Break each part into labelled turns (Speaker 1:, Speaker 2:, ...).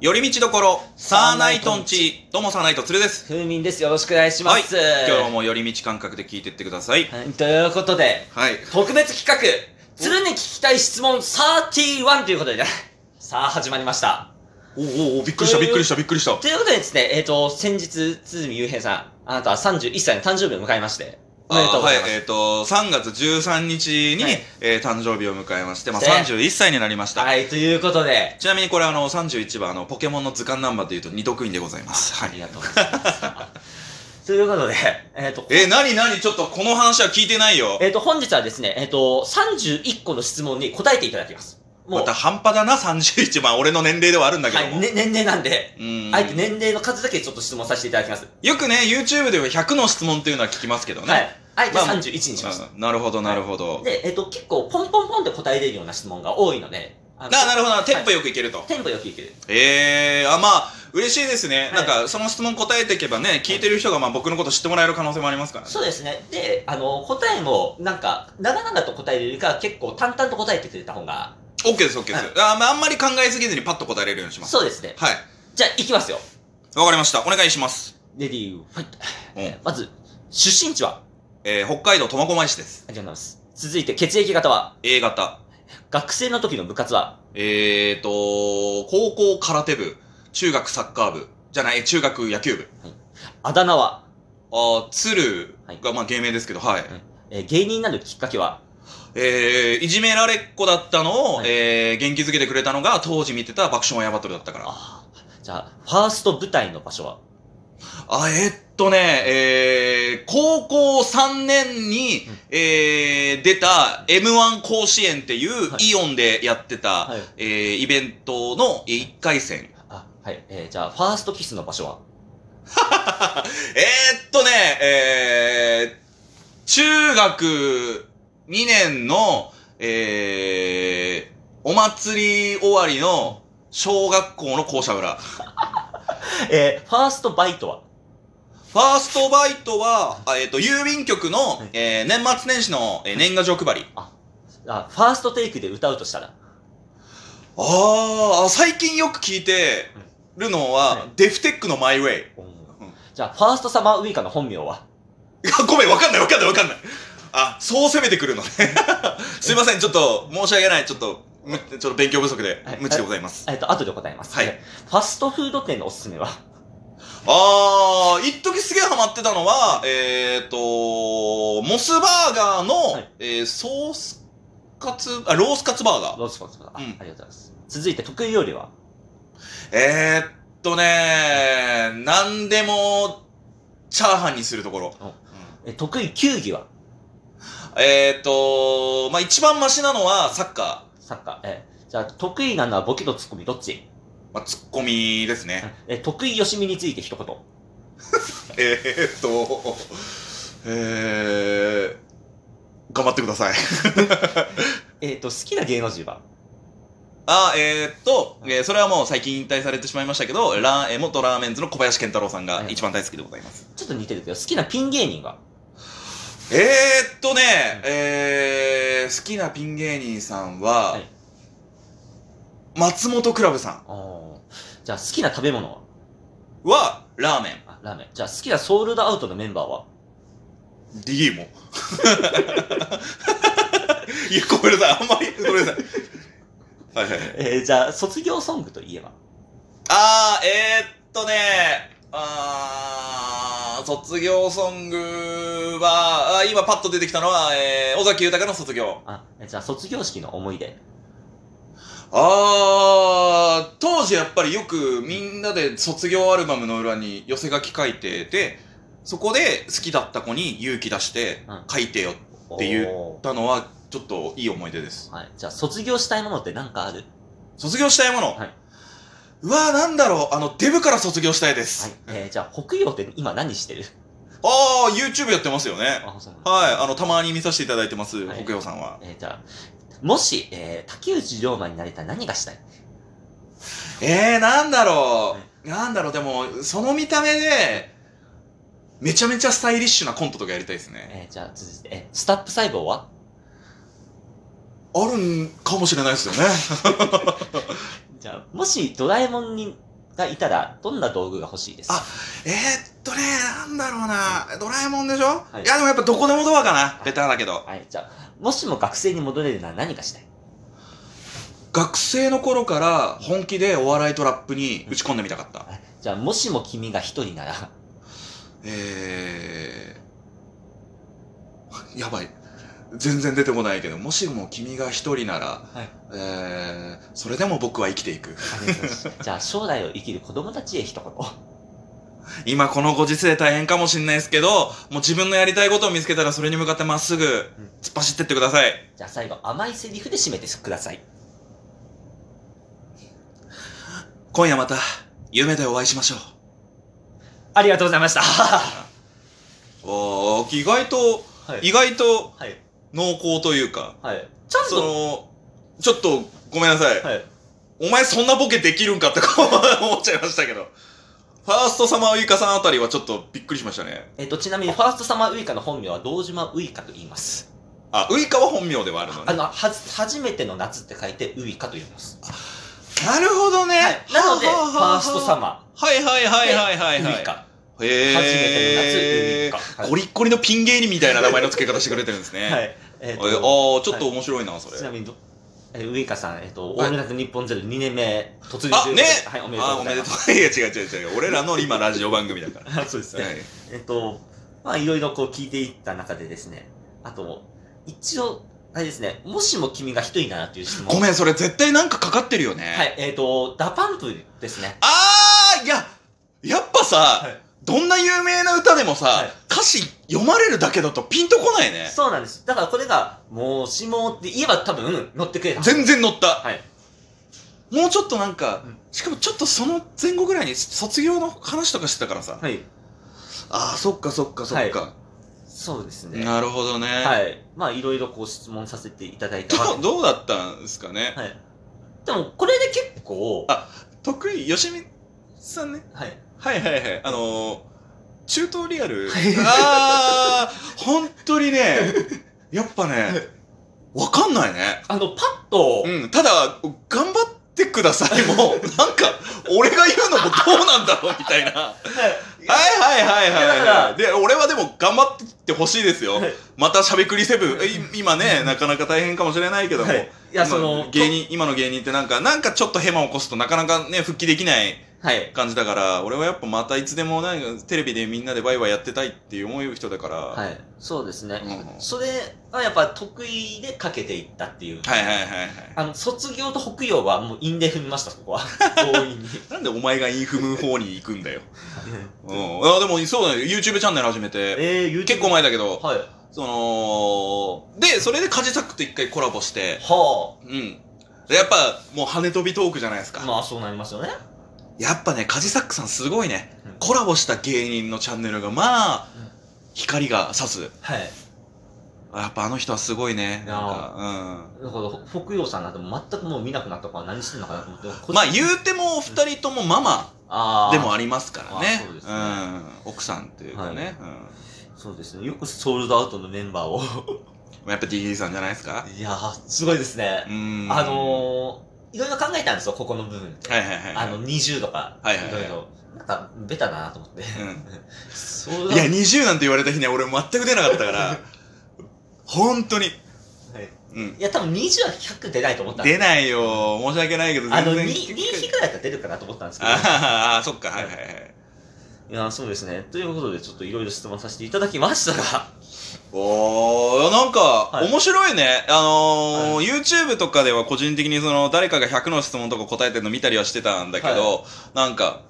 Speaker 1: 寄り道どころ、サーナイトンチ。どうもサーナイトツルです。
Speaker 2: 風民です。よろしくお願いしま
Speaker 1: はい。
Speaker 2: す。
Speaker 1: 今日も寄り道感覚で聞いてってください。
Speaker 2: はいということで、
Speaker 1: はい。
Speaker 2: 特別企画、鶴に聞きたい質問31ということでね、 さあ始まりました。
Speaker 1: おおおびっくりした、びっくりした、びっくりした。
Speaker 2: ということでですね、えっ、と、先日、鶴見雄平さん、あなたは31歳の誕生日を迎えまして、おめでとうございま
Speaker 1: あーはい、えっ、
Speaker 2: す。
Speaker 1: と、3月13日に、
Speaker 2: はい
Speaker 1: えー誕生日を迎えまして、まあ、
Speaker 2: で
Speaker 1: 31歳になりました。
Speaker 2: はい、ということで、
Speaker 1: ちなみにこれあの、31番、あの、ポケモンの図鑑ナンバーで言うと二得意でございます。は
Speaker 2: あり
Speaker 1: い。
Speaker 2: がとうございます。と いうことで、えっ、と、
Speaker 1: えー、なになにちょっとこの話は聞いてないよ。
Speaker 2: えっ、と、本日はですね、えっ、と、31個の質問に答えていただきます。も
Speaker 1: ま
Speaker 2: う
Speaker 1: た、半端だな、31番。俺の年齢ではあるんだけ
Speaker 2: は
Speaker 1: ども。
Speaker 2: い、ね、年齢なんで、
Speaker 1: うん。
Speaker 2: あえて年齢の数だけちょっと質問させていただきます。
Speaker 1: よくね、YouTube では100の質問っていうのは聞きますけどね。
Speaker 2: はい。あえて
Speaker 1: まあ
Speaker 2: 31にしました。
Speaker 1: うんなるほど、なるほど。
Speaker 2: で、えっと、結構、ポンポンポンって答えれるような質問が多いので、あの
Speaker 1: ななるほど、テンポ
Speaker 2: よ、
Speaker 1: よくいけると。
Speaker 2: テンポよくいける。
Speaker 1: ええー、あ、まあ、嬉しいですね。
Speaker 2: い
Speaker 1: なんか、その質問答えていけばね、聞いてる人が、まあ、僕のこと知ってもらえる可能性もありますからね。
Speaker 2: そうですね。で、あの、答えも、なんか、長々と答えるよりか、結構淡々と答えてくれた方が、
Speaker 1: オッケーです、オッケーです。あまあ、あんまり考えすぎずにパッと答えれるようにします。
Speaker 2: そうですね。
Speaker 1: はい。
Speaker 2: じゃあ、いきますよ。
Speaker 1: わかりました。お願いします。
Speaker 2: レディー、ファイト。
Speaker 1: うん。
Speaker 2: まず、出身地は
Speaker 1: えー、北海道苫小牧市です。
Speaker 2: ありがとうございます。続いて、血液型は
Speaker 1: A 型。
Speaker 2: 学生の時の部活は
Speaker 1: えーと、高校空手部、中学サッカー部、じゃない、中学野球部。
Speaker 2: あだ名は、
Speaker 1: あー、鶴が、まあ、芸名ですけど、はい。
Speaker 2: えー芸人になるきっかけは
Speaker 1: えー、いじめられっ子だったのを、
Speaker 2: はい
Speaker 1: えー、元気づけてくれたのが、当時見てた爆笑オンエアバトルだったから。
Speaker 2: あーじゃあ、ファースト舞台の場所は
Speaker 1: あ、えーっとね、えー、高校3年に、
Speaker 2: うん
Speaker 1: えー、出た M1 甲子園っていう、
Speaker 2: はい
Speaker 1: イオンでやってた、え
Speaker 2: い。
Speaker 1: ー、イベントの1回戦。
Speaker 2: あ、はい。えーじゃあ、ファーストキスの場所は
Speaker 1: えー、っとね、えー、中学2年の、えー、お祭り終わりの小学校の校舎裏。
Speaker 2: えー、ファーストバイトは
Speaker 1: ファーストバイトは、あえっ、と、郵便局の、
Speaker 2: い
Speaker 1: えー年末年始の、えー年賀状配り。
Speaker 2: あ、ファーストテイクで歌うとしたら。
Speaker 1: あーあ、最近よく聞いてるのは、
Speaker 2: はい
Speaker 1: デフテックのマイウェイ。
Speaker 2: じゃあ、ファーストサマーウイカの本名は
Speaker 1: あごめん、わかんないわかんないわかんない。あ、そう攻めてくるのね。 すいません、ちょっと、申し訳ない。ちょっと、むちょっと勉強不足で
Speaker 2: はい、
Speaker 1: 無知でございます。
Speaker 2: えっと、後で答えます。
Speaker 1: はい
Speaker 2: えーファストフード店のおすすめは
Speaker 1: あー、一時すげえハマってたのは、えっ、と、モスバーガーの、
Speaker 2: はい
Speaker 1: えーソースカツ、あ、ロースカツバーガー。
Speaker 2: どうしますかああ
Speaker 1: うん
Speaker 2: りがとうございます。続いて、得意料理は
Speaker 1: えー、っとねー、なんでも、チャーハンにするところ。
Speaker 2: おえー得意球技は
Speaker 1: えー、っと、まあ、一番マシなのはサッカ
Speaker 2: サッカー。えーじゃあ、得意なのはボケとツッコミどっち
Speaker 1: ー。まあ、ツッコミです ね。
Speaker 2: えー得意よしみについて一言。
Speaker 1: えー、っと、えー、頑張ってください。
Speaker 2: えっと、好きな芸能人は
Speaker 1: あ、えー、っと、えーそれはもう最近引退されてしまいましたけど、ラーえー元ラーメンズの小林健太郎さんが一番大好きでございます。
Speaker 2: ちょっと似てるけど、好きなピン芸人は
Speaker 1: えー、っとね、えー、好きなピン芸人さんは、
Speaker 2: はい
Speaker 1: 松本クラブさん。
Speaker 2: おーじゃあ、好きな食べ物は
Speaker 1: は、ラーメン。
Speaker 2: あ、ラーメン。じゃあ、好きなソールドアウトのメンバーは
Speaker 1: D も。いや、ごめんなさい。あんまり、ごめんなさい。はいはいはい。
Speaker 2: えーじゃあ、卒業ソングといえば
Speaker 1: あー、えー、っとね、あー、卒業ソングは、あー今パッと出てきたのは、えー、尾崎豊の卒業。
Speaker 2: あ、えじゃあ、卒業式の思い出。
Speaker 1: あー、当時やっぱりよくみんなで卒業アルバムの裏に寄せ書き書いてて、そこで好きだった子に勇気出して
Speaker 2: うん
Speaker 1: 書いてよってっていう
Speaker 2: お
Speaker 1: たのは、ちょっといい思い出です
Speaker 2: ー。。はい。じゃあ、卒業したいものってなんかある
Speaker 1: 卒業したいもの。
Speaker 2: はいう
Speaker 1: わー、なんだろう。あの、デブから卒業したいです。
Speaker 2: はい。えーじゃあ、北洋って今何してる
Speaker 1: あー、YouTube やってますよね。
Speaker 2: あ、そうなんだ
Speaker 1: はい。あの、たまに見させていただいてます、
Speaker 2: はい
Speaker 1: 北洋さんは。
Speaker 2: えーじゃあ、もし、えー竹内涼真になれたら何がしたい
Speaker 1: えー、なんだろ
Speaker 2: は
Speaker 1: う。なんだろう。でも、その見た目で、めちゃめちゃスタイリッシュなコントとかやりたいですね。
Speaker 2: えーじゃあ、続いて、えースタップ細胞は
Speaker 1: あるんかもしれないですよね。
Speaker 2: じゃあ、もしドラえもんにがいたら、どんな道具が欲しいですか
Speaker 1: あえー、っとね、なんだろうな、ドラえもんでしょ、
Speaker 2: はい
Speaker 1: い、や、でもやっぱどこでもドアかな、ベタだけど。
Speaker 2: はい、じゃあ、もしも学生に戻れるなら何がしたい
Speaker 1: 学生の頃から本気でお笑いトラップに打ち込んでみたかった。
Speaker 2: じゃあ、もしも君が一人なら、
Speaker 1: えー、やばい。全然出てこないけど、もしも君が一人なら、
Speaker 2: はい
Speaker 1: えー、それでも僕は生きていく。
Speaker 2: じゃあ、将来を生きる子供たちへ一言。
Speaker 1: 今このご時世大変かもしれないですけど、もう自分のやりたいことを見つけたらそれに向かってまっすぐ突っ走ってってください。
Speaker 2: じゃあ、最後、甘いセリフで締めてください。
Speaker 1: 今夜また夢でお会いしましょう。
Speaker 2: ありがとうございました。
Speaker 1: おー、意外と、
Speaker 2: はい。
Speaker 1: 意外と
Speaker 2: はい。
Speaker 1: 濃厚というか、
Speaker 2: はい。ちゃん
Speaker 1: そ
Speaker 2: と、
Speaker 1: の、ちょっとごめんなさい。
Speaker 2: はい。
Speaker 1: お前そんなボケできるんかって思っちゃいましたけど。ファーストサマーウイカさんあたりはちょっとびっくりしましたね。
Speaker 2: えっと、ちなみに、ファーストサマーウイカの本名は、堂島ウイカと言います。
Speaker 1: あ、ウイカは本名ではあるの
Speaker 2: あ
Speaker 1: ね。
Speaker 2: の、はじ、初めての夏って書いて、ウイカと言います。
Speaker 1: なるほどね。
Speaker 2: はい。なので、ファースト
Speaker 1: マ
Speaker 2: サ
Speaker 1: ー。
Speaker 2: マ
Speaker 1: はいはいはいはいはい
Speaker 2: ー、
Speaker 1: はい。
Speaker 2: ウイ。カ。
Speaker 1: へー。
Speaker 2: 初めての夏、ウイカ。はい
Speaker 1: ゴリッゴリのピン芸人みたいな名前の付け方してくれてるんですね。
Speaker 2: は
Speaker 1: え
Speaker 2: い。えっ
Speaker 1: あ
Speaker 2: と
Speaker 1: ー、ちょっと面白いな、それ
Speaker 2: ち。なみにど、えーウイカさん、えっ、と、オ
Speaker 1: はい
Speaker 2: ールナイト日本ゼロ2年目突入
Speaker 1: あ
Speaker 2: ということで
Speaker 1: ね
Speaker 2: はい、おめでと
Speaker 1: あ
Speaker 2: う
Speaker 1: ー、
Speaker 2: ご
Speaker 1: お
Speaker 2: ざ
Speaker 1: め
Speaker 2: い
Speaker 1: で
Speaker 2: ま
Speaker 1: と
Speaker 2: す。
Speaker 1: う。い や、違う違う違う。俺らの今、ラジオ番組だから。
Speaker 2: そうですね。
Speaker 1: はい。
Speaker 2: えっ、と、まあ、いろいろこう聞いていった中でですね、あと、一応、あれですね、もしも君が一人ならという質問。
Speaker 1: ご
Speaker 2: ん。
Speaker 1: めん、それ絶対なんかかかってるよね。
Speaker 2: はい、えっ、と、ダパンプですね。
Speaker 1: あーいややっぱさ、
Speaker 2: い
Speaker 1: どんな有名な歌でもさ、
Speaker 2: はい
Speaker 1: 歌詞読まれるだけだとピンとこないね
Speaker 2: そうなんです。だからこれが、もしもって言えば多分乗ってくれた。
Speaker 1: 全然乗った
Speaker 2: はい。
Speaker 1: もうちょっとなんか、
Speaker 2: うん
Speaker 1: しかもちょっとその前後ぐらいに卒業の話とかしてたからさ、
Speaker 2: はい。
Speaker 1: ああそっかそっかそっか、
Speaker 2: そうですね。
Speaker 1: なるほどね、
Speaker 2: はい。まあ、いろいろこう質問させていただいたわ
Speaker 1: ど
Speaker 2: け
Speaker 1: うどうだったんですかね
Speaker 2: はい。でも、これで結構、
Speaker 1: あ得意よしみさんね
Speaker 2: はい。
Speaker 1: はいはいはいあのー、中東リアル、
Speaker 2: はい
Speaker 1: ああ本当にね やっぱねわかんないね
Speaker 2: あの、パッと、
Speaker 1: うん、ただ、頑張ってくださ いも、なんか、俺が言うのもどうなんだろうみたいな。はいはいはいはい
Speaker 2: やだか
Speaker 1: は
Speaker 2: ら
Speaker 1: い。で、俺はでも頑張ってほしいですよ
Speaker 2: はい。
Speaker 1: またしゃべくりセブン、えい今ね、なかなか大変かもしれないけども。
Speaker 2: はいいや
Speaker 1: 今
Speaker 2: その
Speaker 1: 芸人、今の芸人ってなんか、なんかちょっとヘマを起こすとなかなかね、復帰できない
Speaker 2: はい。
Speaker 1: 感じだから、俺はやっぱまたいつでもなんかテレビでみんなでワイワイやってたいっていう思う人だから、
Speaker 2: はい。そうですね。
Speaker 1: うん
Speaker 2: それはやっぱ得意でかけていったっていう。
Speaker 1: はいはいはいはい。
Speaker 2: あの、卒業と北洋はもう因で踏みました、ここ は。強引に。
Speaker 1: なんでお前がインフム方に行くんだよ。うん、あでもそうだね YouTube チャンネル始めて
Speaker 2: えー、YouTube
Speaker 1: 結構。前だけど
Speaker 2: はい。
Speaker 1: そのでそれでカジサックと一回コラボして
Speaker 2: は
Speaker 1: うんでやっぱもう跳ね飛びトークじゃないです
Speaker 2: あ。
Speaker 1: か、
Speaker 2: まあ、そうなりますよね。
Speaker 1: やっぱねカジサックさんすごいね
Speaker 2: うん
Speaker 1: コラボした芸人のチャンネルがまあ
Speaker 2: うん
Speaker 1: 光が差す
Speaker 2: はい。
Speaker 1: やっぱあの人はすごいね
Speaker 2: いや
Speaker 1: なんか
Speaker 2: ーだから、ほ北洋さんなんてもう全くもう見なくなったから何してんのかなと思って。
Speaker 1: うんまあ言うてもお二人ともママ
Speaker 2: あ
Speaker 1: でも
Speaker 2: あ
Speaker 1: ありますから
Speaker 2: あー
Speaker 1: ね
Speaker 2: そうですね
Speaker 1: うん、奥さんっていうか
Speaker 2: は
Speaker 1: ね
Speaker 2: い、そうですね。よくソールドアウトのメンバーを。
Speaker 1: うん、やっぱ DD さんじゃ ないですか
Speaker 2: いやー、すごいですね
Speaker 1: う。ん
Speaker 2: あのー、いろいろ考えたんですよ、ここの部分って。
Speaker 1: はいはいはいはい
Speaker 2: あの、20とか、
Speaker 1: はいはいはい
Speaker 2: ろいろ。なんか、ベタだなと思って。
Speaker 1: うん
Speaker 2: そう
Speaker 1: い
Speaker 2: だ
Speaker 1: や、20なんて言われた日には俺全く出なかった から、本当に。
Speaker 2: はい
Speaker 1: うん。
Speaker 2: いや、多分20は100出ないと思ったんで
Speaker 1: 出ないよ。申し訳ないけど、
Speaker 2: あの、2、2
Speaker 1: 聞く
Speaker 2: 匹ぐらいだったら出るかなと思ったんですけど。
Speaker 1: あーあー、そっか、はいはいはい。
Speaker 2: いや、そうですね。ということで、ちょっといろいろ質問させていただきましたが。
Speaker 1: おー、なんか、
Speaker 2: はい
Speaker 1: 面白いね。あのー YouTube とかでは個人的にその、誰かが100の質問とか答えてるの見たりはしてたんだけど、なんか、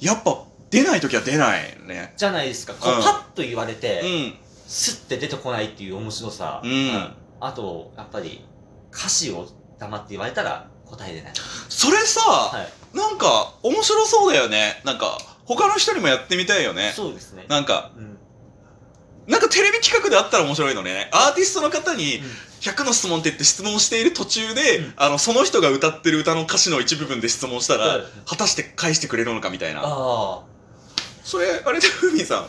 Speaker 1: やっぱ、出ないときは出ないね。
Speaker 2: じゃないですか。こう、
Speaker 1: うん
Speaker 2: パッと言われ
Speaker 1: う
Speaker 2: て、
Speaker 1: ん。
Speaker 2: スッて出てこないっていう面白さ。
Speaker 1: うん。
Speaker 2: あと、やっぱり、歌詞を黙って言われたら答え出ない。
Speaker 1: それさ、
Speaker 2: はい。
Speaker 1: なんか、面白そうだよね。なんか、他の人にもやってみたいよね。
Speaker 2: そうですね。
Speaker 1: なんか、
Speaker 2: うん。
Speaker 1: なんかテレビ企画であったら面白いのね。アーティストの方
Speaker 2: う
Speaker 1: に
Speaker 2: ん
Speaker 1: 100の質問って言って質問している途中で、
Speaker 2: うん
Speaker 1: あの、その人が歌ってる歌の歌詞の一部分で質問したら、
Speaker 2: はい
Speaker 1: 果たして返してくれるのかみたいな。
Speaker 2: ああ。
Speaker 1: それ、あれで、ふみさん、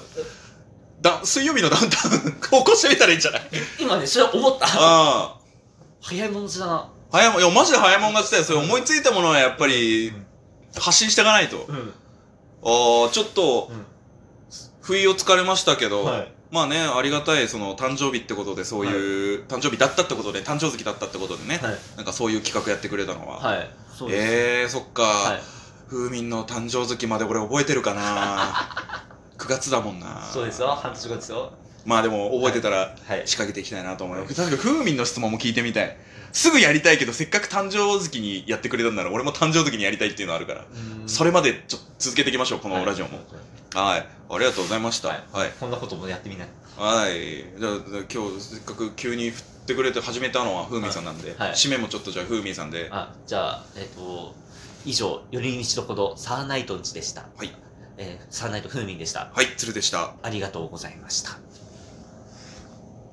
Speaker 1: だ、水曜日のダウンタウン、起こしてみたらいいん じゃない
Speaker 2: 今ね、それ思った。
Speaker 1: ああ。
Speaker 2: 早いものじゃな。
Speaker 1: 早いもん、いや、マジで早いもん勝ちだよ。それ思いついたものはやっぱり、発信していかないと。
Speaker 2: うん。
Speaker 1: ああ、ちょっと、
Speaker 2: うん
Speaker 1: 不意をつかれましたけど、
Speaker 2: はい。
Speaker 1: まあね、ありがたい、その、誕生日ってことで、そういう、誕生日だったってことで、誕生月だったってことでね、
Speaker 2: はい。
Speaker 1: なんかそういう企画やってくれたのは。
Speaker 2: はい。そうです。
Speaker 1: ええー、そっか、
Speaker 2: はい。
Speaker 1: 風民の誕生月まで俺覚えてるかな 9月だもんな
Speaker 2: そうですよ。半年後ですよ。
Speaker 1: まあでも覚えてたら
Speaker 2: はい。
Speaker 1: 仕掛けていきたいなと思います確か風民の質問も聞いてみたいすぐやりたいけどせっかく誕生月にやってくれたんなら俺も誕生月にやりたいっていうのあるから、そ
Speaker 2: れ、
Speaker 1: れまでちょっと続けていきましょうこ
Speaker 2: こ
Speaker 1: のラジオもはい、ありがとうございました
Speaker 2: は
Speaker 1: はいいはい、
Speaker 2: こんなこともやってみない。
Speaker 1: じゃあじゃあ今日せっかく急に振ってくれて始めたのは風民さんなんで、
Speaker 2: はいはい
Speaker 1: 締めもちょっとじゃあ風民さんで
Speaker 2: あ、じゃあ、えっ、と、以上、寄り道どころ、サーナイトンチでした。
Speaker 1: はい。
Speaker 2: えーサーナイトフーミンでした。
Speaker 1: はい鶴でした
Speaker 2: ありがとうございました。